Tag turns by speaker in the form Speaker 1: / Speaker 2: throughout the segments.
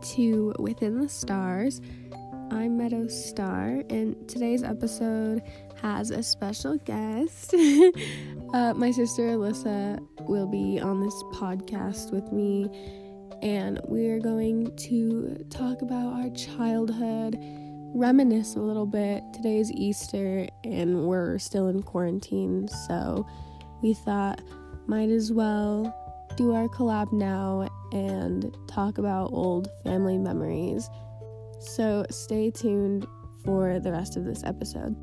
Speaker 1: to Within the Stars. I'm Meadow Star, and today's episode has a special guest. uh, my sister Alyssa will be on this podcast with me, and we're going to talk about our childhood, reminisce a little bit. Today's Easter, and we're still in quarantine, so we thought might as well do our collab now and talk about old family memories. So stay tuned for the rest of this episode.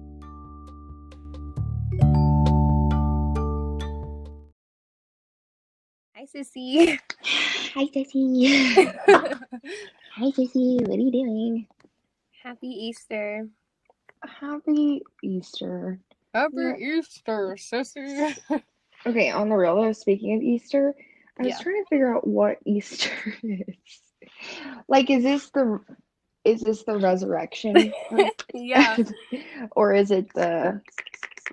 Speaker 2: Hi, Sissy.
Speaker 3: Hi, Sissy. Hi, Sissy. What are you doing?
Speaker 2: Happy Easter.
Speaker 3: Happy Easter.
Speaker 4: Happy
Speaker 3: Yeah.
Speaker 4: Easter, sissy.
Speaker 3: Okay, on the real though, speaking of Easter, I was
Speaker 2: Yeah.
Speaker 3: trying to figure out what Easter is. Like, is this the is this the resurrection?
Speaker 2: Yeah.
Speaker 3: or is it the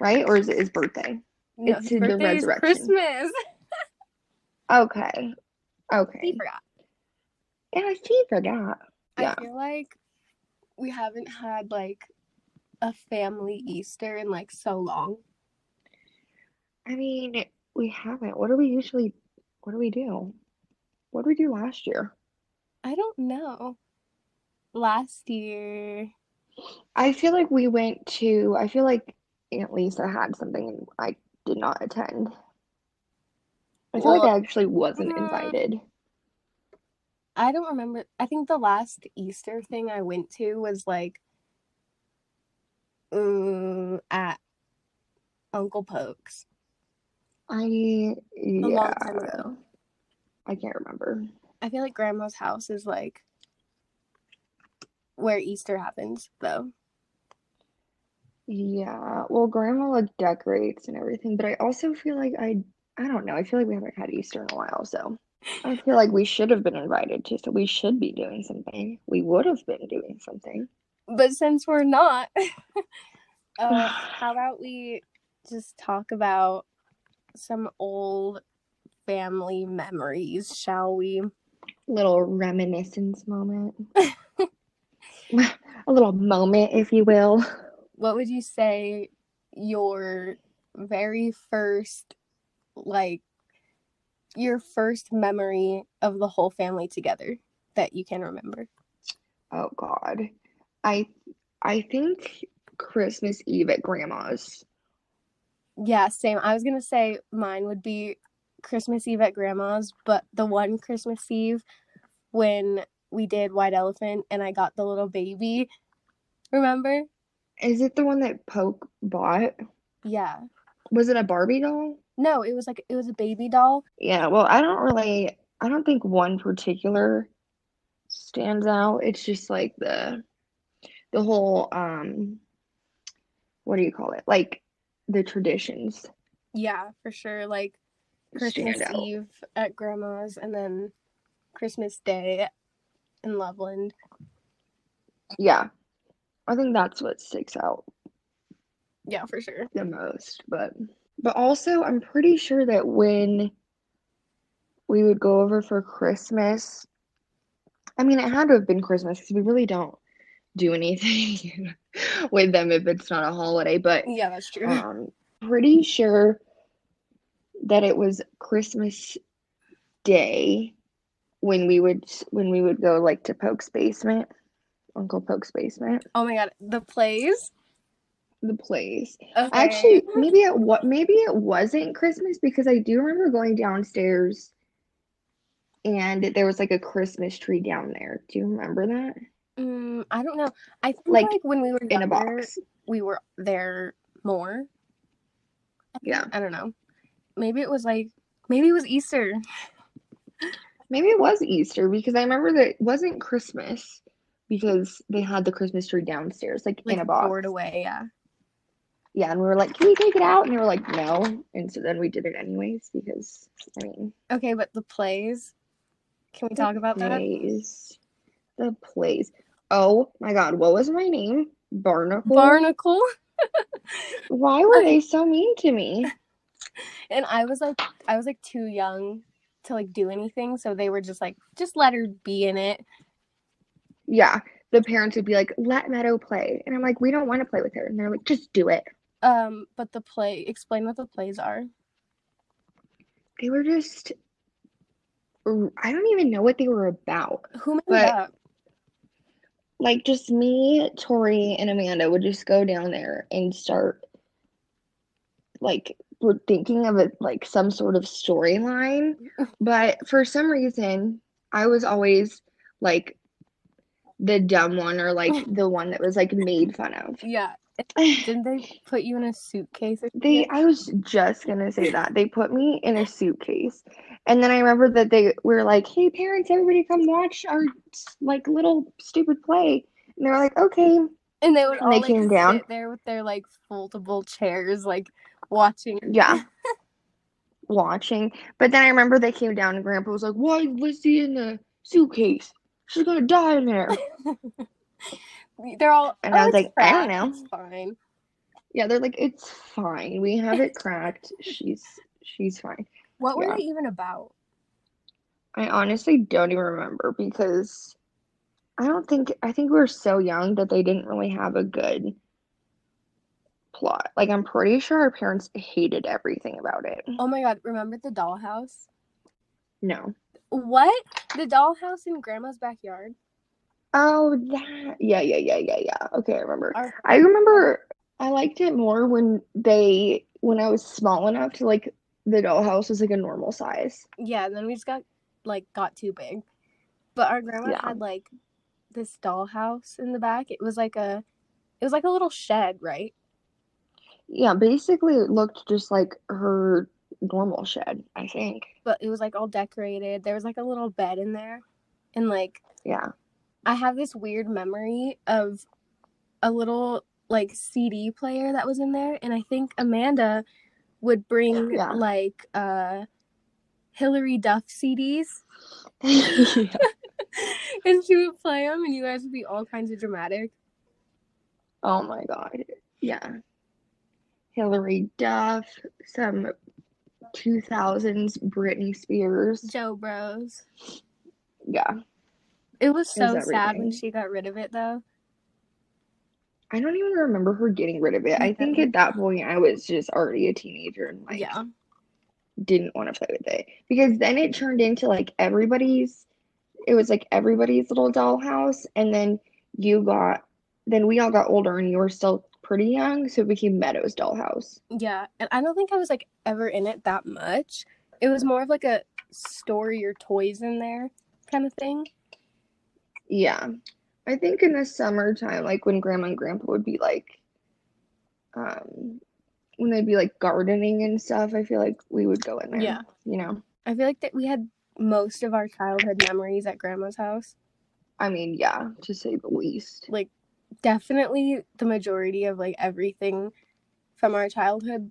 Speaker 3: right? Or is it his birthday?
Speaker 2: No,
Speaker 3: It's
Speaker 2: his
Speaker 3: in the
Speaker 2: birthday is
Speaker 3: resurrection.
Speaker 2: Christmas.
Speaker 3: Okay.
Speaker 2: He
Speaker 3: Okay.
Speaker 2: forgot.
Speaker 3: Yeah, she forgot. Yeah.
Speaker 2: I feel like we haven't had like a family Easter in like so long.
Speaker 3: I mean, we haven't. What do we usually what do we do? What did we do last year?
Speaker 2: I don't know. Last year.
Speaker 3: I feel like we went to, I feel like Aunt Lisa had something and I did not attend. I feel like I actually wasn't
Speaker 2: uh,
Speaker 3: invited.
Speaker 2: I don't remember. I think the last Easter thing I went to was like uh, at Uncle Poke's.
Speaker 3: I,
Speaker 2: long
Speaker 3: yeah,
Speaker 2: time ago.
Speaker 3: I can't remember.
Speaker 2: I feel like grandma's house is like where Easter happens, though.
Speaker 3: Yeah, well, Grandma like decorates and everything, but I also feel like I, I don't know. I feel like we haven't had Easter in a while, so I feel like we should have been invited to, so we should be doing something. We would have been doing something.
Speaker 2: But since we're not, uh, how about we just talk about some old family memories, shall we?
Speaker 3: little reminiscence moment. a little moment, if you will.
Speaker 2: What would you say your very first, like, your first memory of the whole family together that you can remember?
Speaker 3: Oh God. I I think Christmas Eve at grandma's.
Speaker 2: Yeah, same. I was gonna say mine would be Christmas Eve at grandma's, but the one Christmas Eve when we did White Elephant and I got the little baby. Remember?
Speaker 3: Is it the one that Poke bought?
Speaker 2: Yeah.
Speaker 3: Was it a Barbie doll?
Speaker 2: No, it was like it was a baby doll.
Speaker 3: Yeah, well, I don't really I don't think one particular stands out. It's just like the the whole um what do you call it? Like the traditions
Speaker 2: Yeah, for sure. Like Christmas
Speaker 3: stand out.
Speaker 2: Eve at grandma's and then Christmas Day in Loveland.
Speaker 3: Yeah. I think that's what sticks out.
Speaker 2: Yeah, for sure.
Speaker 3: the most, but but also I'm pretty sure that when we would go over for Christmas, I mean it had to have been Christmas because we really don't do anything with them if it's not a holiday, but
Speaker 2: Yeah, that's true.
Speaker 3: um pretty sure that it was Christmas Day when we would when we would go like to Poke's basement, Uncle Poke's basement,
Speaker 2: Oh my god, the plays.
Speaker 3: the place.
Speaker 2: Okay.
Speaker 3: Actually, maybe it what maybe it wasn't Christmas because I do remember going downstairs and there was like a Christmas tree down there. Do you remember that?
Speaker 2: Mm, I don't know. I think like,
Speaker 3: Like,
Speaker 2: when we were
Speaker 3: In a
Speaker 2: younger,
Speaker 3: box.
Speaker 2: we were there more.
Speaker 3: Yeah.
Speaker 2: I don't know. Maybe it was like maybe it was Easter.
Speaker 3: Maybe it was Easter because I remember that it wasn't Christmas because they had the Christmas tree downstairs, like
Speaker 2: Like
Speaker 3: in a box.
Speaker 2: bored away, yeah.
Speaker 3: Yeah, and we were like, Can we take it out? And they were like, No. And so then we did it anyways because I mean
Speaker 2: Okay, but the plays. Can we talk about that?
Speaker 3: plays. The plays. Oh my god, what was my name? Barnacle.
Speaker 2: Barnacle.
Speaker 3: Why were they so mean to me?
Speaker 2: And I was like I was like too young to like do anything, so they were just like, just let her be in it.
Speaker 3: yeah, the parents would be like, "Let Meadow play," and I'm like, "We don't want to play with her," and they're like, "Just do it."
Speaker 2: Um, but the play. Explain what the plays are.
Speaker 3: They were just, I don't even know what they were about.
Speaker 2: Who made
Speaker 3: But-
Speaker 2: up?
Speaker 3: like just me, Tori, and Amanda would just go down there and start like we're thinking of it like some sort of storyline. But for some reason, I was always like the dumb one or like the one that was like made fun of.
Speaker 2: Yeah. Didn't they put you in a suitcase? Or
Speaker 3: They,
Speaker 2: something?
Speaker 3: I was just gonna say that. They put me in a suitcase. And then I remember that they were like, hey, parents, everybody come watch our like little stupid play. And they were like, okay.
Speaker 2: and they would
Speaker 3: and
Speaker 2: all
Speaker 3: they
Speaker 2: like
Speaker 3: came down.
Speaker 2: sit there with their like foldable chairs, like watching.
Speaker 3: Yeah. Watching. But then I remember they came down and Grandpa was like, Why is Lizzie in the suitcase? She's gonna die in there.
Speaker 2: They're all.
Speaker 3: And I
Speaker 2: "Oh, it's
Speaker 3: was like, I don't
Speaker 2: crack,
Speaker 3: know."
Speaker 2: It's fine.
Speaker 3: yeah, they're like, It's fine. We have it cracked. She's she's fine.
Speaker 2: What were
Speaker 3: Yeah.
Speaker 2: they even about?
Speaker 3: I honestly don't even remember because I don't think I think we were so young that they didn't really have a good plot. Like I'm pretty sure our parents hated everything about it.
Speaker 2: Oh my god! Remember the dollhouse?
Speaker 3: No.
Speaker 2: What? The dollhouse in Grandma's backyard?
Speaker 3: Oh that yeah, yeah, yeah, yeah, yeah. Okay, I remember.
Speaker 2: Our-
Speaker 3: I remember I liked it more when they when I was small enough to like the dollhouse was like a normal size.
Speaker 2: yeah, and then we just got like got too big. But our grandma
Speaker 3: Yeah.
Speaker 2: had like this dollhouse in the back. It was like a it was like a little shed, right?
Speaker 3: Yeah, basically it looked just like her normal shed, I think.
Speaker 2: But it was like all decorated. There was like a little bed in there. And like
Speaker 3: Yeah.
Speaker 2: I have this weird memory of a little like CD player that was in there and I think Amanda would bring
Speaker 3: Yeah.
Speaker 2: like uh Hillary Duff CDs
Speaker 3: Yeah.
Speaker 2: and she would play them and you guys would be all kinds of dramatic.
Speaker 3: Oh my God. Yeah. Hillary Duff, some 2000s Britney Spears.
Speaker 2: Joe Bros.
Speaker 3: Yeah.
Speaker 2: It was
Speaker 3: It was
Speaker 2: so sad when
Speaker 3: everything.
Speaker 2: she got rid of it, though.
Speaker 3: I don't even remember her getting rid of it. I think
Speaker 2: Yeah.
Speaker 3: at that point I was just already a teenager and like
Speaker 2: yeah,
Speaker 3: didn't want to play with it because then it turned into like everybody's it was like everybody's little dollhouse and then you got then we all got older and you were still pretty young so it became Meadows dollhouse.
Speaker 2: yeah. And I don't think I was like ever in it that much. It was more of like a store your toys in there kind of thing.
Speaker 3: Yeah. I think in the summertime like when grandma and grandpa would be like um when they'd be like gardening and stuff I feel like we would go in there.
Speaker 2: Yeah.
Speaker 3: You know.
Speaker 2: I feel like that we had most of our childhood memories at grandma's house.
Speaker 3: I mean, yeah, to say the least.
Speaker 2: Like, definitely the majority of like everything from our childhood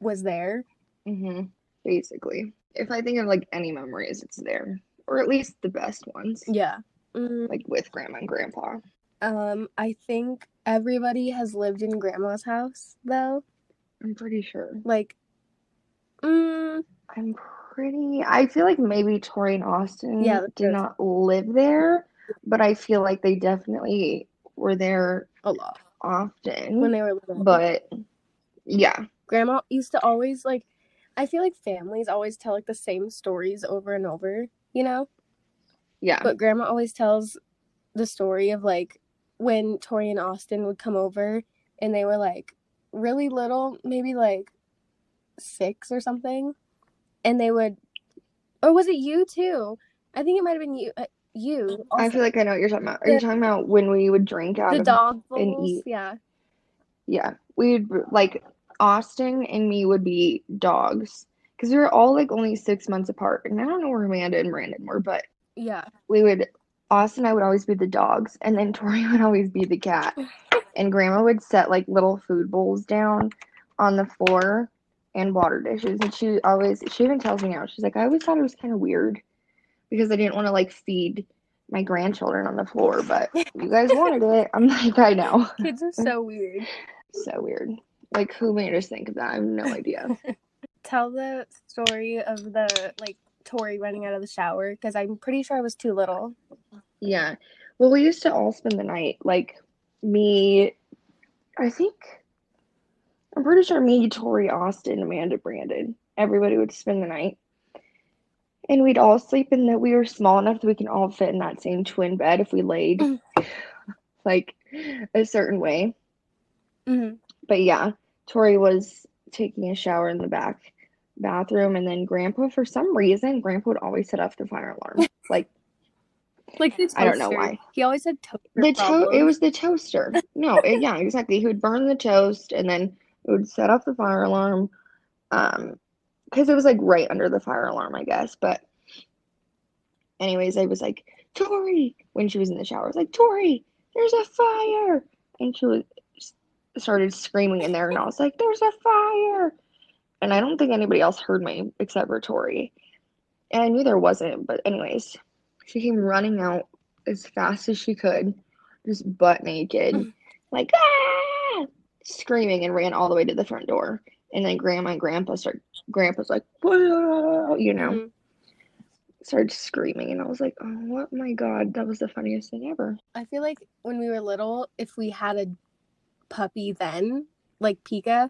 Speaker 2: was there.
Speaker 3: Mhm. Basically. If I think of like any memories it's there or at least the best ones.
Speaker 2: Yeah. Mm,
Speaker 3: like with grandma and grandpa.
Speaker 2: um, I think everybody has lived in grandma's house though.
Speaker 3: I'm pretty sure.
Speaker 2: Like, mm,
Speaker 3: I'm pretty. I feel like maybe Tori and Austin
Speaker 2: Yeah, that's
Speaker 3: did
Speaker 2: right.
Speaker 3: not live there, but I feel like they definitely were there
Speaker 2: a lot.
Speaker 3: often.
Speaker 2: when they were little.
Speaker 3: but yeah,
Speaker 2: grandma used to always like I feel like families always tell like the same stories over and over, you know?
Speaker 3: yeah,
Speaker 2: But grandma always tells the story of like when Tori and Austin would come over and they were like really little, maybe like six or something. And they would or was it you too? I think it might have been you uh, you
Speaker 3: I
Speaker 2: also.
Speaker 3: feel like I know what you're talking about. Are you
Speaker 2: The-
Speaker 3: talking about when we would drink out
Speaker 2: the
Speaker 3: of?
Speaker 2: dog
Speaker 3: and
Speaker 2: bowls,
Speaker 3: eat.
Speaker 2: yeah.
Speaker 3: Yeah, we'd like Austin and me would be dogs because we were all like only six months apart, and I don't know where Amanda and Brandon were, but
Speaker 2: Yeah.
Speaker 3: we would Austin and I would always be the dogs and then Tori would always be the cat. And grandma would set like little food bowls down on the floor and water dishes. And she always she even tells me now, she's like, I always thought it was kind of weird because I didn't want to like feed my grandchildren on the floor, but you guys wanted it. I'm like, I know.
Speaker 2: Kids are so weird.
Speaker 3: So weird. Like who made us think of that? I have no idea.
Speaker 2: tell the story of the like Tori running out of the shower because I'm pretty sure I was too little.
Speaker 3: Yeah. Well, we used to all spend the night. Like me, I think I'm pretty sure me, Tori, Austin, Amanda, Brandon, everybody would spend the night. And we'd all sleep in that we were small enough that we can all fit in that same twin bed if we laid like a certain way.
Speaker 2: Mm-hmm.
Speaker 3: But yeah, Tori was taking a shower in the back bathroom and then grandpa for some reason grandpa would always set off the fire alarm. Like
Speaker 2: Like the toaster.
Speaker 3: I don't know why.
Speaker 2: He always had toaster
Speaker 3: the to- it
Speaker 2: problems.
Speaker 3: was the toaster. No, it, yeah, exactly. He would burn the toast and then it would set off the fire alarm. Um, because it was like right under the fire alarm, I guess. But anyways, I was like, Tori, when she was in the shower, I was like, Tori, there's a fire, and she was started screaming in there, and I was like, there's a fire, and I don't think anybody else heard me except for Tori, and I knew there wasn't. But anyways, she came running out as fast as she could, just butt naked, like ah, screaming, and ran all the way to the front door. And then grandma and grandpa start. Grandpa's like, Whoa, you know,
Speaker 2: Mhm.
Speaker 3: started screaming, and I was like, "Oh what my god, that was the funniest thing ever!"
Speaker 2: I feel like when we were little, if we had a puppy then, like Pika,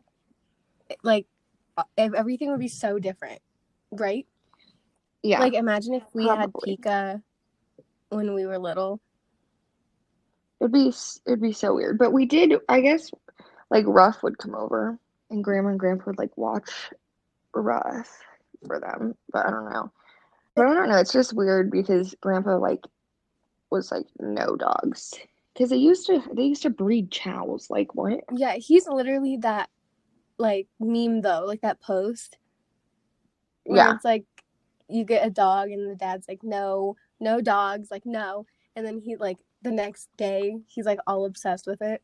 Speaker 2: it- like uh, ev- everything would be so different, right?
Speaker 3: Yeah,
Speaker 2: Like imagine if we
Speaker 3: Probably.
Speaker 2: had Pika when we were little.
Speaker 3: it'd be s- it'd be so weird. But we did, I guess, like Ruff would come over, and Grandma and Grandpa would like watch Ruff for them. But I don't know. But I don't know. It's just weird because Grandpa like was like no dogs because they used to they used to breed chows. Like what?
Speaker 2: Yeah, he's literally that like meme though, like that post where
Speaker 3: Yeah,
Speaker 2: it's like you get a dog and the dad's like no, no dogs, like no, and then he like the next day he's like all obsessed with it.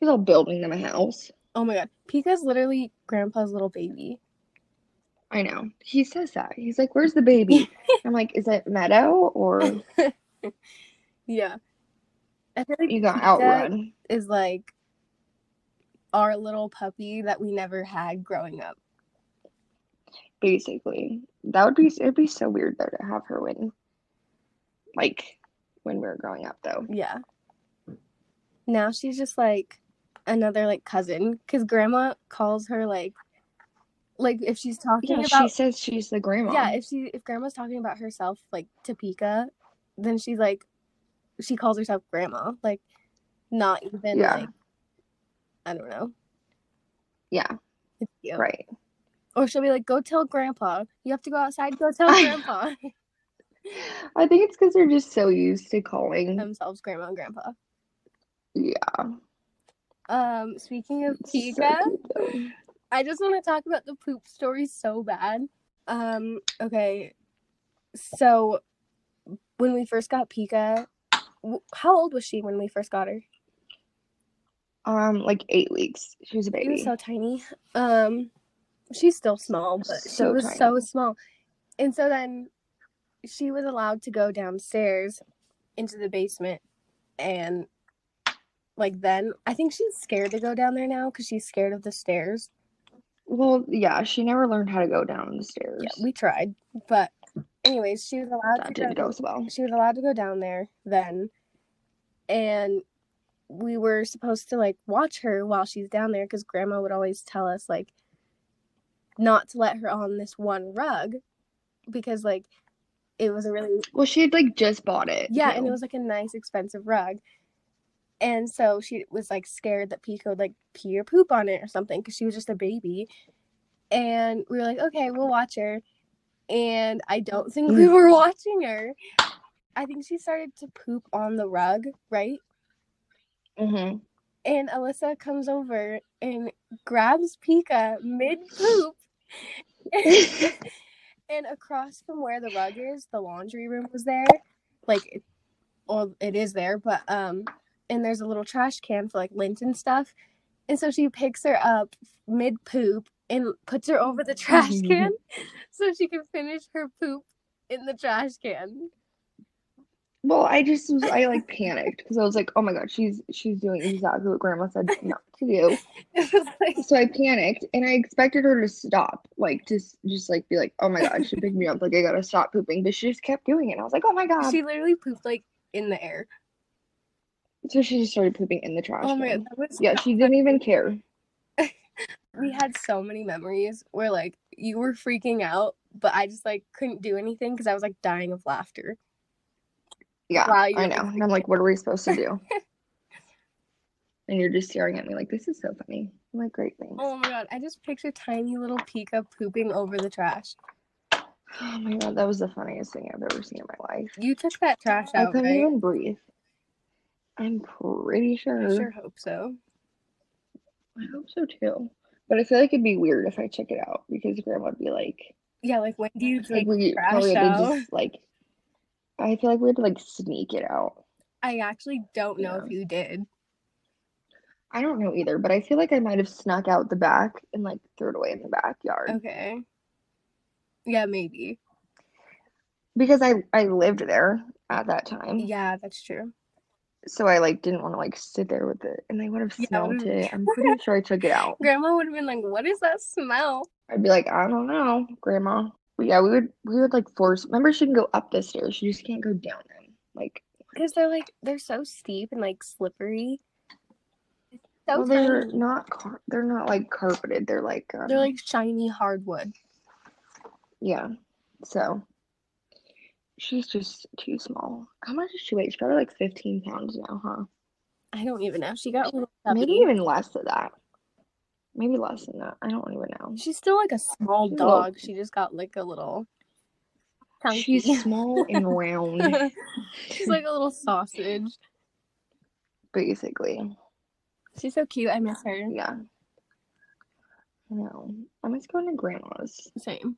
Speaker 3: he's all building them a house.
Speaker 2: Oh my god, Pika's literally grandpa's little baby.
Speaker 3: I know. He says that. He's like, "Where's the baby?" I'm like, "Is it Meadow or?"
Speaker 2: Yeah. I feel like
Speaker 3: You got
Speaker 2: Pika
Speaker 3: outrun.
Speaker 2: is like our little puppy that we never had growing up.
Speaker 3: basically. That would be it'd be so weird though to have her when like when we were growing up though.
Speaker 2: Yeah. Now she's just like another like cousin cuz grandma calls her like like if she's talking
Speaker 3: Yeah, she
Speaker 2: about
Speaker 3: says she's the grandma.
Speaker 2: Yeah, if she if grandma's talking about herself like to Pika, then she's like she calls herself grandma, like not even
Speaker 3: Yeah.
Speaker 2: like I don't know.
Speaker 3: yeah,
Speaker 2: It's cute.
Speaker 3: right.
Speaker 2: Or she'll be like, "Go tell grandpa. You have to go outside. Go tell
Speaker 3: I know.
Speaker 2: grandpa."
Speaker 3: I think it's because they're just so used to calling
Speaker 2: Themselves, grandma and grandpa.
Speaker 3: Yeah.
Speaker 2: Um, speaking of
Speaker 3: it's so
Speaker 2: Pika,
Speaker 3: cute, though.
Speaker 2: I just want to talk about the poop story so bad. Um, okay, so when we first got Pika, w- how old was she when we first got her?
Speaker 3: Um, like eight weeks. She was a
Speaker 2: She
Speaker 3: baby.
Speaker 2: was so tiny. Um, she's still small, but
Speaker 3: So
Speaker 2: she was
Speaker 3: tiny.
Speaker 2: so small. And so then she was allowed to go downstairs into the basement. And like then, I think she's scared to go down there now because she's scared of the stairs.
Speaker 3: well, yeah, she never learned how to go down the stairs.
Speaker 2: Yeah, we tried. But, anyways, she was allowed
Speaker 3: that
Speaker 2: to go
Speaker 3: didn't go as well.
Speaker 2: she was allowed to go down there then and we were supposed to like watch her while she's down there because grandma would always tell us like not to let her on this one rug because like it was a really
Speaker 3: Well, she had like just bought it.
Speaker 2: yeah and
Speaker 3: too.
Speaker 2: it was like a nice expensive rug and so she was like scared that Pika would like pee or poop on it or something because she was just a baby and we were like okay we'll watch her and i don't think we were watching her i think she started to poop on the rug right
Speaker 3: Mhm.
Speaker 2: and Alyssa comes over and grabs Pika mid poop. and across from where the rug is, the laundry room was there. Like, it- well, it is there, but, um, and there's a little trash can for like lint and stuff. And so she picks her up mid poop and puts her over the trash can so she can finish her poop in the trash can.
Speaker 3: Well, I just was, I like panicked because I was like, oh my god, she's she's doing exactly what grandma said not to do.
Speaker 2: It was like,
Speaker 3: So I panicked and I expected her to stop, like just just like be like, oh my god, she picked me up, like I gotta stop pooping. But she just kept doing it. And I was like, oh my god,
Speaker 2: she literally pooped like in the air.
Speaker 3: So she just started pooping in the trash.
Speaker 2: Oh my
Speaker 3: then.
Speaker 2: god, that was
Speaker 3: Yeah, she didn't even care.
Speaker 2: we had so many memories where like you were freaking out, but I just like couldn't do anything because I was like dying of laughter.
Speaker 3: Yeah,
Speaker 2: Wow,
Speaker 3: Ah, I
Speaker 2: you're-
Speaker 3: know. And I'm like, what are we supposed to do? and you're just staring at me like, this is so funny. I'm like, great thing.
Speaker 2: Oh my god, I just picture tiny little Pika pooping over the trash.
Speaker 3: Oh my god, that was the funniest thing I've ever seen in my life.
Speaker 2: You took that trash
Speaker 3: I
Speaker 2: out,
Speaker 3: couldn't
Speaker 2: right?
Speaker 3: even breathe. I'm pretty
Speaker 2: I
Speaker 3: sure.
Speaker 2: sure hope so.
Speaker 3: I hope so too. But I feel like it'd be weird if I took it out because grandma would be like,
Speaker 2: Yeah, like when do you
Speaker 3: like
Speaker 2: take
Speaker 3: we
Speaker 2: trash
Speaker 3: probably had to
Speaker 2: out?
Speaker 3: just like, I feel like we had to like sneak it out.
Speaker 2: I actually don't know
Speaker 3: Yeah.
Speaker 2: if you did.
Speaker 3: I don't know either, but I feel like I might have snuck out the back and like threw it away in the backyard
Speaker 2: Okay. Yeah, maybe.
Speaker 3: because I I lived there at that time.
Speaker 2: Yeah, that's true.
Speaker 3: so I like didn't want to like sit there with it, and they would have
Speaker 2: Yeah,
Speaker 3: smelled
Speaker 2: would've-
Speaker 3: it. I'm pretty sure I took it out.
Speaker 2: Grandma would have been like, "What is that smell?"
Speaker 3: I'd be like, I don't know, Grandma. But yeah, we would we would like force. Remember, she can go up the stairs. She just can't go down them. Like,
Speaker 2: Because they're like they're so steep and like slippery. It's So
Speaker 3: well, they're
Speaker 2: tiny.
Speaker 3: not car- they're not like carpeted. They're like um,
Speaker 2: They're like shiny hardwood.
Speaker 3: yeah. So she's just too small. How much does she weigh? She's probably like 15 pounds now, huh?
Speaker 2: I don't even know. She got a little
Speaker 3: Maybe
Speaker 2: chubby.
Speaker 3: even less than that. Maybe less than that. I don't even know.
Speaker 2: She's still like a small
Speaker 3: She's a little-
Speaker 2: dog. She just got like a little. chunky.
Speaker 3: She's small and round.
Speaker 2: She's like a little sausage.
Speaker 3: basically.
Speaker 2: She's so cute. I miss her.
Speaker 3: Yeah. I know. I'm just going to grandma's.
Speaker 2: Same.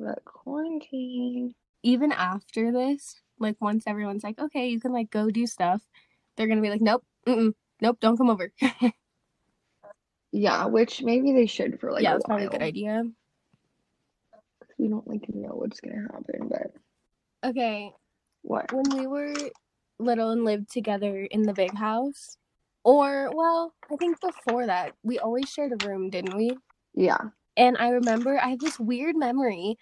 Speaker 3: But quarantine.
Speaker 2: Even after this, like once everyone's like, okay, you can like go do stuff, they're gonna be like, nope, mm-mm, nope, don't come over.
Speaker 3: Yeah, which maybe they should for like
Speaker 2: yeah,
Speaker 3: a
Speaker 2: it's
Speaker 3: while.
Speaker 2: probably a good idea.
Speaker 3: We don't like know what's gonna happen, but
Speaker 2: Okay,
Speaker 3: what?
Speaker 2: when we were little and lived together in the big house, or well, I think before that, we always shared a room, didn't we?
Speaker 3: Yeah.
Speaker 2: And I remember I have this weird memory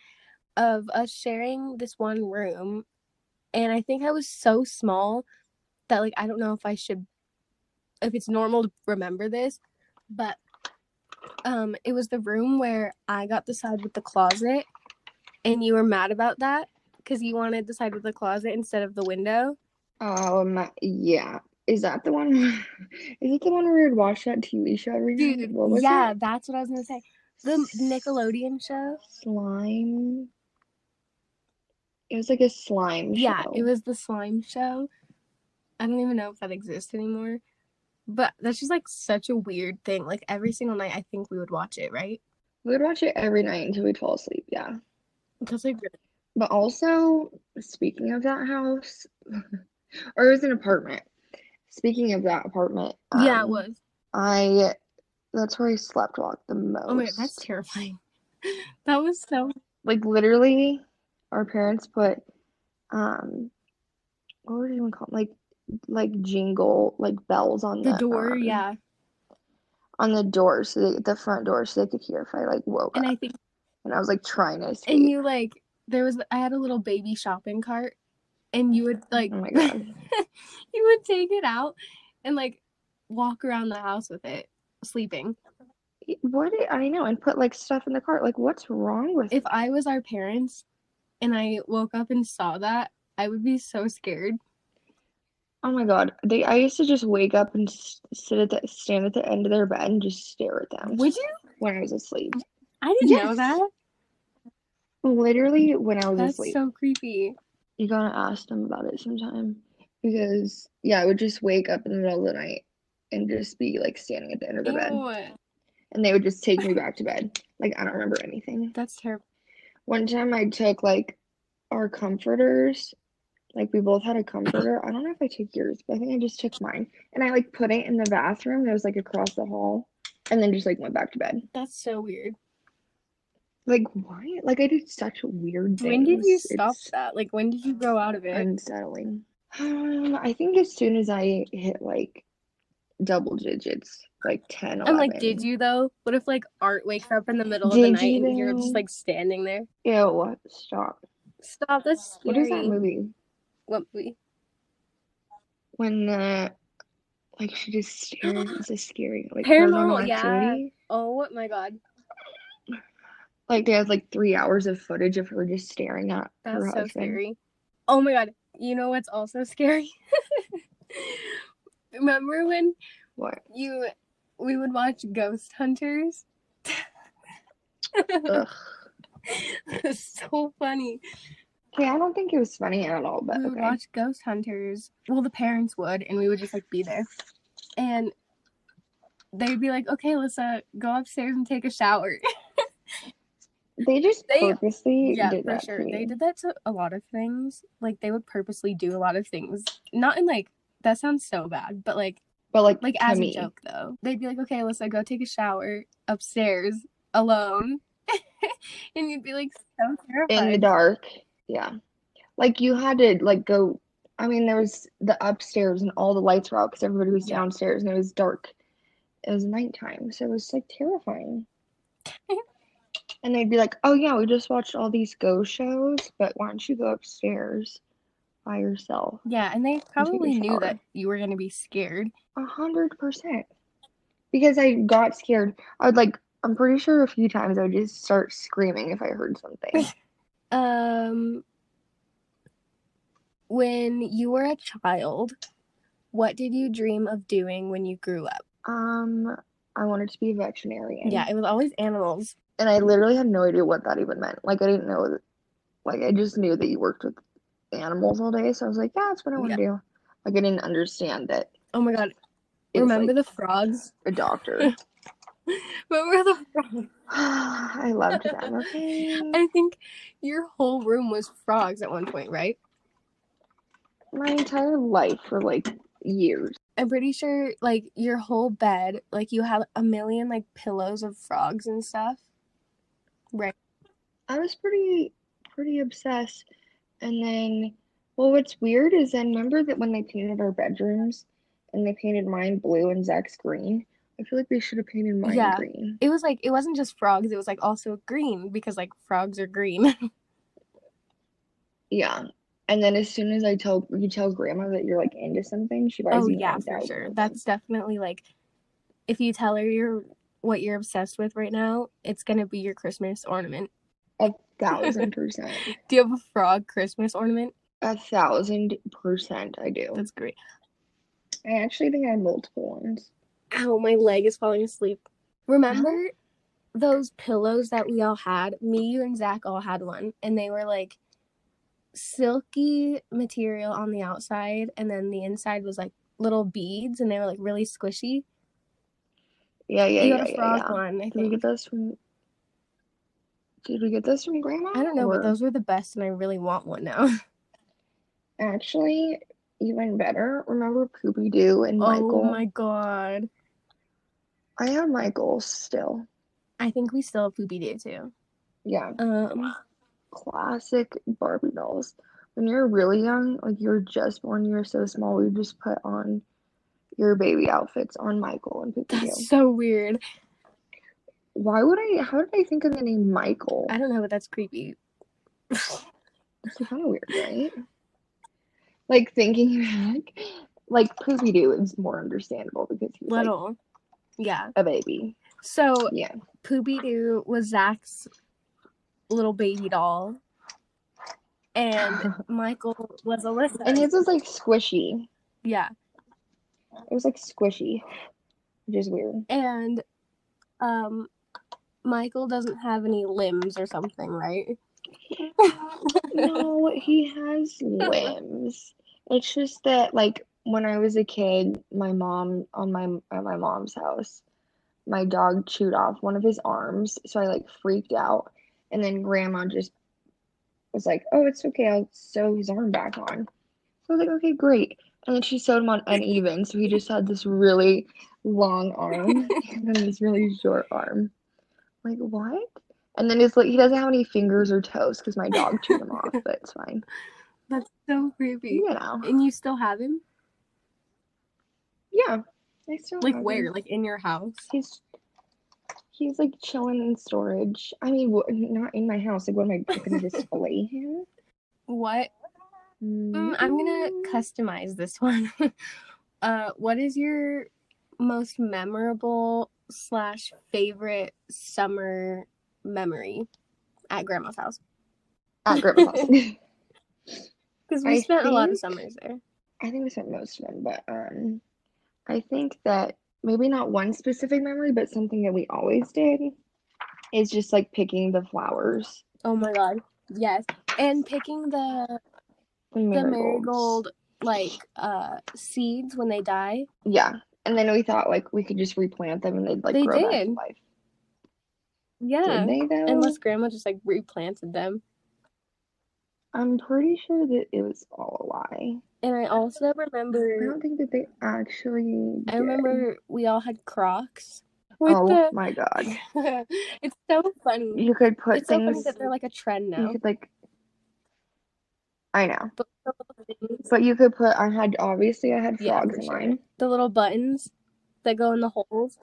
Speaker 2: of us sharing this one room. And I think I was so small that, like, I don't know if I should, if it's normal to remember this, but um, it was the room where I got the side with the closet. And you were mad about that because you wanted the side with the closet instead of the window.
Speaker 3: Um yeah. Is that the one is it the one where we would watch that TV show every night?
Speaker 2: Dude,
Speaker 3: What was
Speaker 2: yeah,
Speaker 3: it?
Speaker 2: that's what I was going to say. The Nickelodeon show.
Speaker 3: Slime. It was like a slime
Speaker 2: Yeah,
Speaker 3: show.
Speaker 2: it was the slime show. I don't even know if that exists anymore. But that's just like such a weird thing. Like every single night, I think we would watch it, right?
Speaker 3: we would watch it every night until we'd fall asleep, yeah.
Speaker 2: That's like
Speaker 3: But also, speaking of that house, or it was an apartment. Speaking of that apartment,
Speaker 2: yeah, it
Speaker 3: um,
Speaker 2: was.
Speaker 3: I that's where I slept walk the most.
Speaker 2: Oh my god, that's terrifying. that was so.
Speaker 3: like literally, our parents put, um, what would you even call 'em? like like jingle like bells on the,
Speaker 2: The door,
Speaker 3: um,
Speaker 2: yeah,
Speaker 3: on the door so they, the front door so they could hear if I like woke
Speaker 2: and
Speaker 3: up
Speaker 2: I think
Speaker 3: and I was like trying to
Speaker 2: and
Speaker 3: escape.
Speaker 2: you like there was I had a little baby shopping cart, and you would like
Speaker 3: Oh my god,
Speaker 2: you would take it out and like walk around the house with it sleeping.
Speaker 3: what did, I know and put like stuff in the cart. Like what's wrong with
Speaker 2: if I was our parents and I woke up and saw that, I would be so scared.
Speaker 3: Oh my God. They, I used to just wake up and s- sit at the, stand at the end of their bed and just stare at them
Speaker 2: Would you?
Speaker 3: when I was asleep.
Speaker 2: I didn't know
Speaker 3: Yes.
Speaker 2: that.
Speaker 3: Literally, when I was
Speaker 2: That's
Speaker 3: asleep.
Speaker 2: so creepy.
Speaker 3: You gotta ask them about it sometime because, yeah, I would just wake up in the middle of the night and just be like standing at the end of the bed,
Speaker 2: Ew.
Speaker 3: and they would just take me back to bed. Like I don't remember anything.
Speaker 2: That's terrible.
Speaker 3: One time I took like our comforters. Like we both had a comforter. I don't know if I took yours, but I think I just took mine. And I like put it in the bathroom that was like across the hall and then just like went back to bed.
Speaker 2: That's so weird.
Speaker 3: Like why? Like I did such weird things.
Speaker 2: When did you stop
Speaker 3: It's
Speaker 2: that? Like, when did you grow out of it?
Speaker 3: unsettling. Um, I think as soon as I hit like double digits, like 10,
Speaker 2: I'm like,
Speaker 3: 11.
Speaker 2: did you though? What if like Art wakes up in the middle of
Speaker 3: Did
Speaker 2: the
Speaker 3: you
Speaker 2: night and you're just
Speaker 3: though?
Speaker 2: like standing there?
Speaker 3: Ew, stop.
Speaker 2: Stop. That's
Speaker 3: What is that
Speaker 2: scary.
Speaker 3: movie?
Speaker 2: What movie?
Speaker 3: when the like she just stared it's a scary like
Speaker 2: Paranormal,
Speaker 3: paranormal
Speaker 2: yeah.
Speaker 3: activity.
Speaker 2: Oh my god.
Speaker 3: Like they had like three hours of footage of her just staring at
Speaker 2: That's
Speaker 3: her
Speaker 2: so
Speaker 3: husband.
Speaker 2: scary. Oh my god. You know what's also scary? Remember when
Speaker 3: What?
Speaker 2: you we would watch Ghost Hunters?
Speaker 3: Ugh.
Speaker 2: so funny.
Speaker 3: Okay, I don't think it was funny at all, but
Speaker 2: we would
Speaker 3: okay.
Speaker 2: watch Ghost Hunters. Well, the parents would, and we would just like be there. And they'd be like, okay, Lissa, go upstairs and take a shower.
Speaker 3: They just
Speaker 2: They-
Speaker 3: purposely
Speaker 2: yeah,
Speaker 3: did
Speaker 2: for
Speaker 3: that to
Speaker 2: sure. They
Speaker 3: me.
Speaker 2: did that to a lot of things. Like, they would purposely do a lot of things. Not in like, that sounds so bad, but like,
Speaker 3: But like,
Speaker 2: like
Speaker 3: to
Speaker 2: as
Speaker 3: me.
Speaker 2: a joke though. They'd be like, okay, Alyssa, go take a shower upstairs alone. and you'd be like so terrified.
Speaker 3: in the dark. Yeah. Like you had to like go I mean there was the upstairs and all the lights were out because everybody was
Speaker 2: Yeah.
Speaker 3: downstairs and it was dark. It was nighttime, so it was like terrifying.
Speaker 2: Mm-hmm.
Speaker 3: and they'd be like, "Oh yeah, we just watched all these ghost shows, but why don't you go upstairs by yourself?"
Speaker 2: yeah, and they probably knew
Speaker 3: shower.
Speaker 2: that you were gonna be scared.
Speaker 3: A hundred percent. Because I got scared. I would like. I'm pretty sure a few times I would just start screaming if I heard something.
Speaker 2: Um when you were a child, what did you dream of doing when you grew up?
Speaker 3: um, I wanted to be a veterinarian.
Speaker 2: Yeah, it was always animals.
Speaker 3: and I literally had no idea what that even meant. Like I didn't know, that- like I just knew that you worked with animals all day, so I was like, yeah, that's what I want to do. Like I didn't understand that.
Speaker 2: Oh my god.
Speaker 3: It was,
Speaker 2: Remember
Speaker 3: like,
Speaker 2: the frogs?
Speaker 3: a doctor.
Speaker 2: Remember the frogs?
Speaker 3: I loved them. Okay,
Speaker 2: I think your whole room was frogs at one point, right?
Speaker 3: my entire life for like years.
Speaker 2: I'm pretty sure like your whole bed, like you had a million like pillows of frogs and stuff.
Speaker 3: I was pretty pretty obsessed. And then well what's weird is then remember that when they painted our bedrooms and they painted mine blue and Zach's green? I feel like they should have painted mine
Speaker 2: Yeah.
Speaker 3: green.
Speaker 2: It was like it wasn't just frogs, it was like also green because like frogs are green.
Speaker 3: Yeah. And then as soon as I tell you tell grandma that you're like into something, she buys
Speaker 2: oh
Speaker 3: me
Speaker 2: yeah,
Speaker 3: like
Speaker 2: for
Speaker 3: that
Speaker 2: sure.
Speaker 3: one.
Speaker 2: That's definitely like if you tell her you're what you're obsessed with right now, it's gonna be your Christmas ornament.
Speaker 3: a thousand percent.
Speaker 2: Do you have a frog Christmas ornament?
Speaker 3: A thousand percent I do.
Speaker 2: That's great.
Speaker 3: I actually think I have multiple ones.
Speaker 2: Ow, my leg is falling asleep. Remember those pillows that we all had? Me, you, and Zach all had one, and they were like silky material on the outside, and then the inside was like little beads, and they were like really squishy.
Speaker 3: Yeah, yeah,
Speaker 2: you
Speaker 3: yeah,
Speaker 2: had a
Speaker 3: yeah,
Speaker 2: frog
Speaker 3: yeah.
Speaker 2: one, I
Speaker 3: Did we
Speaker 2: think.
Speaker 3: get those from Did we get those from grandma?
Speaker 2: I don't know,
Speaker 3: Or-
Speaker 2: but those were the best, and I really want one now.
Speaker 3: Actually, even better, remember Poopy Doo and Michael?
Speaker 2: Oh my god!
Speaker 3: I have Michael still.
Speaker 2: I think we still have Poopy Doo too.
Speaker 3: Yeah,
Speaker 2: Um,
Speaker 3: classic Barbie dolls. When you're really young, like you're just born, you're so small, we just put on your baby outfits on Michael and Poopy Doo.
Speaker 2: that's so weird.
Speaker 3: Why would I, how did I think of the name Michael?
Speaker 2: I don't know, but that's creepy.
Speaker 3: It's kind of weird, right? Like thinking back, like Poopy Doo is more understandable because he's like
Speaker 2: Little, yeah.
Speaker 3: a baby.
Speaker 2: So
Speaker 3: Yeah.
Speaker 2: Poopy Doo was Zach's little baby doll, and Michael was Alyssa.
Speaker 3: And his was like squishy.
Speaker 2: yeah,
Speaker 3: It was like squishy, which is weird.
Speaker 2: and um, Michael doesn't have any limbs or something, right?
Speaker 3: No, he has limbs. It's just that, like, when I was a kid, my mom on my at my mom's house, my dog chewed off one of his arms, so I like freaked out, and then Grandma just was like, "Oh, it's okay. I'll sew his arm back on." So I was like, "Okay, great." And then she sewed him on uneven, so he just had this really long arm and then this really short arm. Like what? And then it's like he doesn't have any fingers or toes because my dog chewed him off, but it's fine.
Speaker 2: That's so creepy.
Speaker 3: You know.
Speaker 2: And you still have him?
Speaker 3: Yeah. I still
Speaker 2: Like
Speaker 3: have
Speaker 2: where?
Speaker 3: him.
Speaker 2: Like in your house?
Speaker 3: He's he's like chilling in storage. I mean, wh- not in my house. Like, what am I gonna display him?
Speaker 2: What Mm, I'm gonna customize this one. uh, what is your most memorable slash favorite summer memory at grandma's house?
Speaker 3: at grandma's house. I
Speaker 2: Because we
Speaker 3: I
Speaker 2: spent a lot of
Speaker 3: think-
Speaker 2: summers there.
Speaker 3: think we spent most of them, but um, I think that maybe not one specific memory, but something that we always did is just like picking the flowers.
Speaker 2: Oh my god. Yes. And picking the
Speaker 3: and
Speaker 2: the
Speaker 3: marigolds.
Speaker 2: marigold like uh seeds when they die.
Speaker 3: Yeah, and then we thought like we could just replant them and they'd like
Speaker 2: They
Speaker 3: grow back to
Speaker 2: did.
Speaker 3: life.
Speaker 2: Yeah.
Speaker 3: Did they though?
Speaker 2: Unless grandma just like replanted them.
Speaker 3: I'm pretty sure that it was all a lie.
Speaker 2: And I also
Speaker 3: I
Speaker 2: remember
Speaker 3: don't think that they actually.
Speaker 2: I
Speaker 3: did.
Speaker 2: remember we all had crocs. With
Speaker 3: Oh
Speaker 2: the
Speaker 3: my god!
Speaker 2: it's so funny.
Speaker 3: You could put
Speaker 2: It's so funny
Speaker 3: things.
Speaker 2: that they're like a trend
Speaker 3: you
Speaker 2: now.
Speaker 3: could like. I know,
Speaker 2: But the little things,
Speaker 3: but you could put. I had obviously I had
Speaker 2: Yeah,
Speaker 3: frogs
Speaker 2: for
Speaker 3: in
Speaker 2: sure.
Speaker 3: mine.
Speaker 2: the little buttons that go in the holes.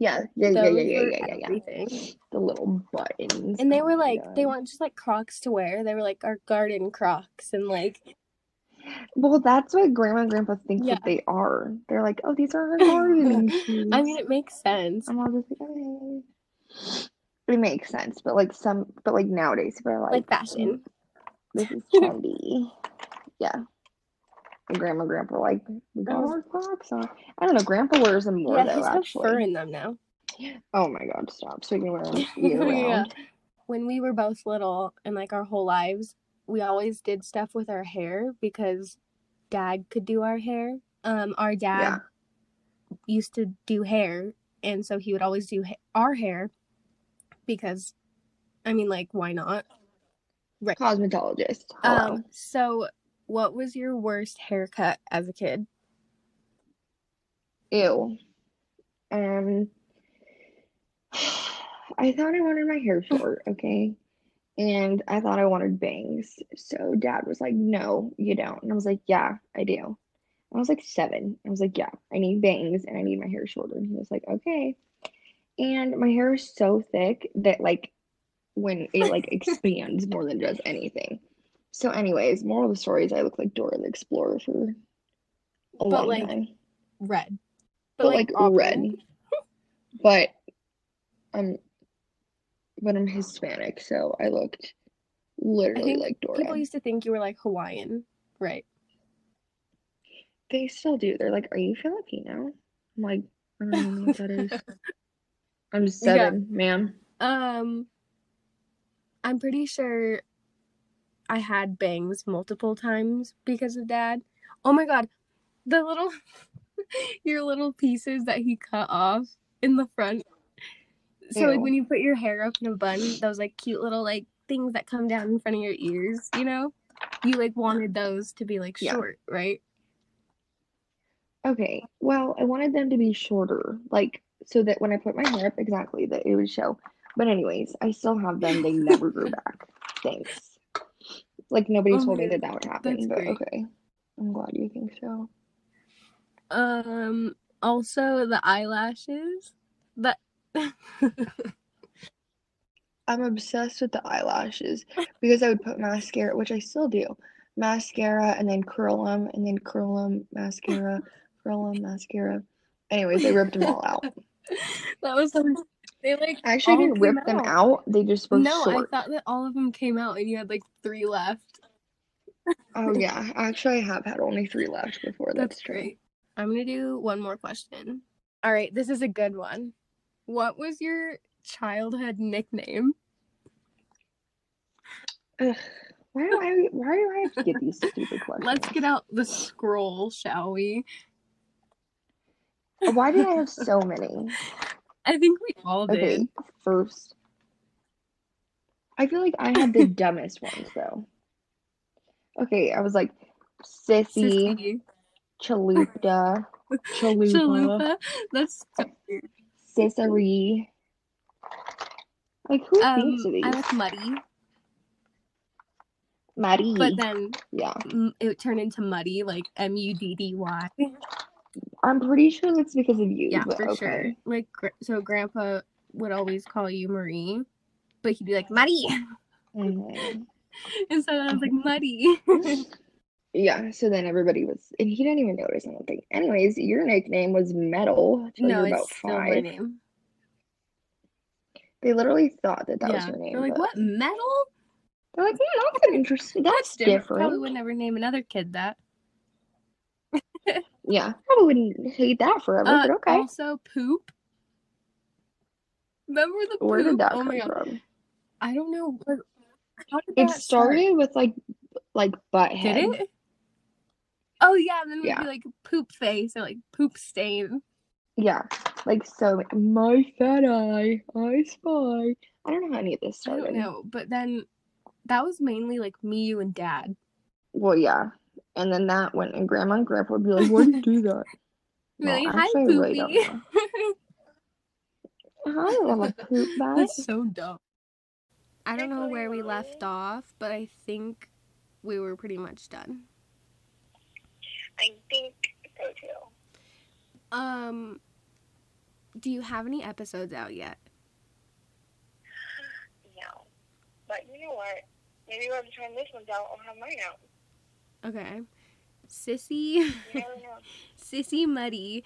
Speaker 3: Yeah, yeah, Uh, yeah,
Speaker 2: Those
Speaker 3: yeah, yeah,
Speaker 2: were
Speaker 3: yeah, yeah, yeah.
Speaker 2: everything.
Speaker 3: The little buttons.
Speaker 2: And they
Speaker 3: Oh
Speaker 2: were
Speaker 3: my
Speaker 2: like they
Speaker 3: God.
Speaker 2: weren't just like crocs to wear. They were like our garden crocs and like
Speaker 3: Well, that's what grandma and grandpa think
Speaker 2: Yeah.
Speaker 3: that they are. They're like, oh, these are our gardening shoes.
Speaker 2: I mean it makes sense.
Speaker 3: I'm all just like, okay. It makes sense, but like some, but like nowadays, people are like, "Mm,
Speaker 2: Like fashion.
Speaker 3: This is trendy. yeah. And grandma, grandpa, like, we got
Speaker 2: Oh.
Speaker 3: our crops on. I don't know. Grandpa wears them more
Speaker 2: yeah,
Speaker 3: though.
Speaker 2: he's got
Speaker 3: Actually.
Speaker 2: fur in them now.
Speaker 3: Oh my god! Stop. So you can wear them year
Speaker 2: Yeah.
Speaker 3: round.
Speaker 2: When we were both little and like our whole lives, we always did stuff with our hair because dad could do our hair. Um our dad
Speaker 3: Yeah.
Speaker 2: used to do hair and so he would always do ha- our hair because I mean like why not?
Speaker 3: Cosmetologist. Hello.
Speaker 2: Um so what was your worst haircut as a kid?
Speaker 3: Ew. Um, I thought I wanted my hair short, okay? And I thought I wanted bangs. So dad was like, no, you don't. And I was like, yeah, I do. I was like seven. I was like, yeah, I need bangs and I need my hair shorter. And he was like, okay. And my hair is so thick that like when it like expands more than does anything. So, anyways, moral of the story is I look like Dora the Explorer for
Speaker 2: But,
Speaker 3: a long
Speaker 2: like,
Speaker 3: time
Speaker 2: Red.
Speaker 3: but, like,
Speaker 2: auburn.
Speaker 3: red. but I'm but I'm Hispanic, so I looked literally
Speaker 2: think
Speaker 3: like Dora.
Speaker 2: People used to think you were like Hawaiian, right?
Speaker 3: They still do. They're like, "Are you Filipino?" I'm like, "I don't know what that is." I'm seven, ma'am.
Speaker 2: Um I'm pretty sure I had bangs multiple times because of dad. Oh my god. The little your little pieces that he cut off in the front. So like
Speaker 3: Ew.
Speaker 2: when you put your hair up in a bun, those like cute little like things that come down in front of your ears, you know? You like wanted those to be like
Speaker 3: Yeah.
Speaker 2: short, right?
Speaker 3: Okay. Well, I wanted them to be shorter, like so that when I put my hair up, exactly that it would show. But anyways, I still have them. They never grew back. Thanks. Like nobody
Speaker 2: Oh
Speaker 3: told
Speaker 2: my
Speaker 3: me that
Speaker 2: God,
Speaker 3: that would happen,
Speaker 2: that's
Speaker 3: but
Speaker 2: great.
Speaker 3: okay. I'm glad you think so.
Speaker 2: Um also the eyelashes. That
Speaker 3: I'm obsessed with the eyelashes because I would put mascara, which I still do, mascara and then curl them and then curl them, mascara, curl them, mascara. Anyways, I ripped them all out.
Speaker 2: that was so they like
Speaker 3: I actually
Speaker 2: all
Speaker 3: didn't
Speaker 2: came
Speaker 3: rip them out. They just were
Speaker 2: No,
Speaker 3: short.
Speaker 2: I thought that all of them came out and you had like three left.
Speaker 3: Oh yeah, actually I have had only three left before. That's,
Speaker 2: That's
Speaker 3: true.
Speaker 2: great. I'm gonna do one more question. All right, this is a good one. What was your childhood nickname?
Speaker 3: Ugh, why do I? Why do I have to get these stupid questions?
Speaker 2: Let's get out the scroll, shall we?
Speaker 3: Why did I have so many?
Speaker 2: I think we all did.
Speaker 3: Okay, first. I feel like I had the dumbest ones though. Okay, I was like sissy,
Speaker 2: Sissy,
Speaker 3: chalupa, chalupa,
Speaker 2: Chalupa. That's so weird.
Speaker 3: sissery. Like who
Speaker 2: Um,
Speaker 3: thinks of
Speaker 2: I like
Speaker 3: these?
Speaker 2: muddy,
Speaker 3: Marie.
Speaker 2: but then
Speaker 3: yeah,
Speaker 2: mm, it turned into muddy, like M U D D Y.
Speaker 3: I'm pretty sure that's because of you.
Speaker 2: Yeah,
Speaker 3: but
Speaker 2: for
Speaker 3: okay.
Speaker 2: sure. Like, gr- so Grandpa would always call you Marie, but he'd be like Muddy,
Speaker 3: Mhm.
Speaker 2: and so I was like Muddy.
Speaker 3: Yeah, so then everybody was, and he didn't even notice. I don't think. Anyways, your nickname was Metal till you
Speaker 1: no,
Speaker 3: were about
Speaker 1: it's still my
Speaker 3: five.
Speaker 1: name.
Speaker 3: They literally thought that that was
Speaker 1: yeah.
Speaker 3: your name.
Speaker 1: They're like,
Speaker 3: but
Speaker 1: what? Metal?
Speaker 3: They're like, hmm, that's an interesting. That's,
Speaker 1: That's different.
Speaker 3: different.
Speaker 1: Probably would never name another kid that.
Speaker 3: Yeah, probably wouldn't hate that forever,
Speaker 1: Uh,
Speaker 3: but okay.
Speaker 1: Also, poop. Remember the poop?
Speaker 3: Where did that
Speaker 1: oh
Speaker 3: come
Speaker 1: my god.
Speaker 3: from?
Speaker 1: I don't know. where- How did
Speaker 3: It
Speaker 1: that start?
Speaker 3: started with like, like butt
Speaker 1: Did
Speaker 3: head.
Speaker 1: it? Oh yeah, and then we'd
Speaker 3: Yeah.
Speaker 1: be like poop face or like poop stain.
Speaker 3: Yeah, like so. My fat eye, I spy. I don't know how any of this
Speaker 1: I
Speaker 3: started.
Speaker 1: don't know, but then that was mainly like me, you, and dad.
Speaker 3: Well, yeah, and then that went, and grandma and grandpa would be like, "Why do you do that?"
Speaker 1: Be
Speaker 3: No,
Speaker 1: like,
Speaker 3: actually,
Speaker 1: Hi,
Speaker 3: I really don't
Speaker 1: poopy.
Speaker 3: know. Hi, little poop bag.
Speaker 1: That's so dumb. I don't know where we left off, but I think we were pretty much done.
Speaker 5: I think so too.
Speaker 1: Um, do you have any episodes out yet?
Speaker 5: No. But you know what? Maybe by the time this one's out, I'll have mine out.
Speaker 1: Okay. Sissy,
Speaker 5: You never know.
Speaker 1: Sissy Muddy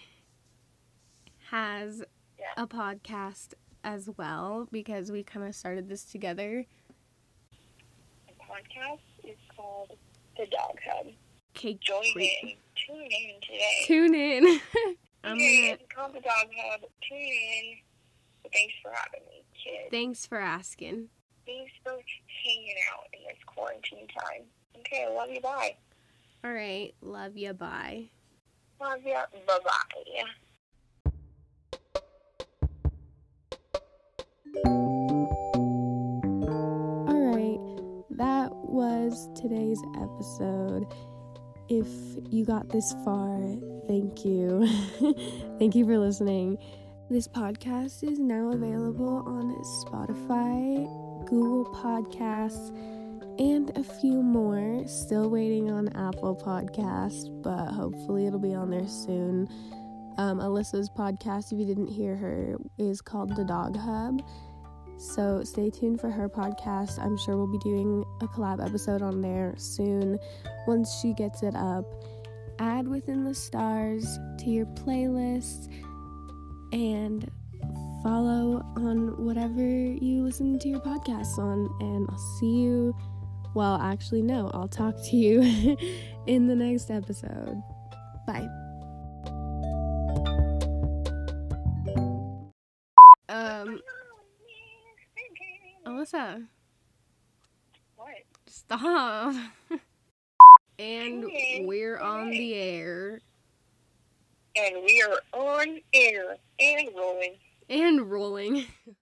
Speaker 1: has
Speaker 5: Yeah.
Speaker 1: a podcast as well because we kind of started this together.
Speaker 5: The podcast is called The Dog Hub.
Speaker 1: Okay,
Speaker 5: Join in.
Speaker 1: great.
Speaker 5: Tune in today.
Speaker 1: Tune in. I'm
Speaker 5: Today
Speaker 1: gonna.
Speaker 5: it's called The Dog Hub. Tune in. Thanks for having me, kid.
Speaker 1: Thanks for asking.
Speaker 5: Thanks for hanging out in this quarantine time. Okay, I love you. Bye.
Speaker 1: All right, love ya. Bye.
Speaker 5: Love you. Bye bye.
Speaker 1: All right, that was today's episode. If you got this far, thank you. thank you for listening. This podcast is now available on Spotify, Google Podcasts, and a few more. Still waiting on Apple Podcasts, but hopefully it'll be on there soon. Um, Alyssa's podcast, if you didn't hear her, is called The Dog Hub. So stay tuned for her podcast. I'm sure we'll be doing a collab episode on there soon once she gets it up. Add Within the Stars to your playlists and follow on whatever you listen to your podcasts on. And I'll see you. Well, actually, no, I'll talk to you in the next episode. Bye. Um, Alyssa. Oh.
Speaker 5: What?
Speaker 1: Stop. and
Speaker 5: Okay,
Speaker 1: we're on
Speaker 5: okay.
Speaker 1: the air
Speaker 5: And we are on air and rolling.
Speaker 1: and rolling.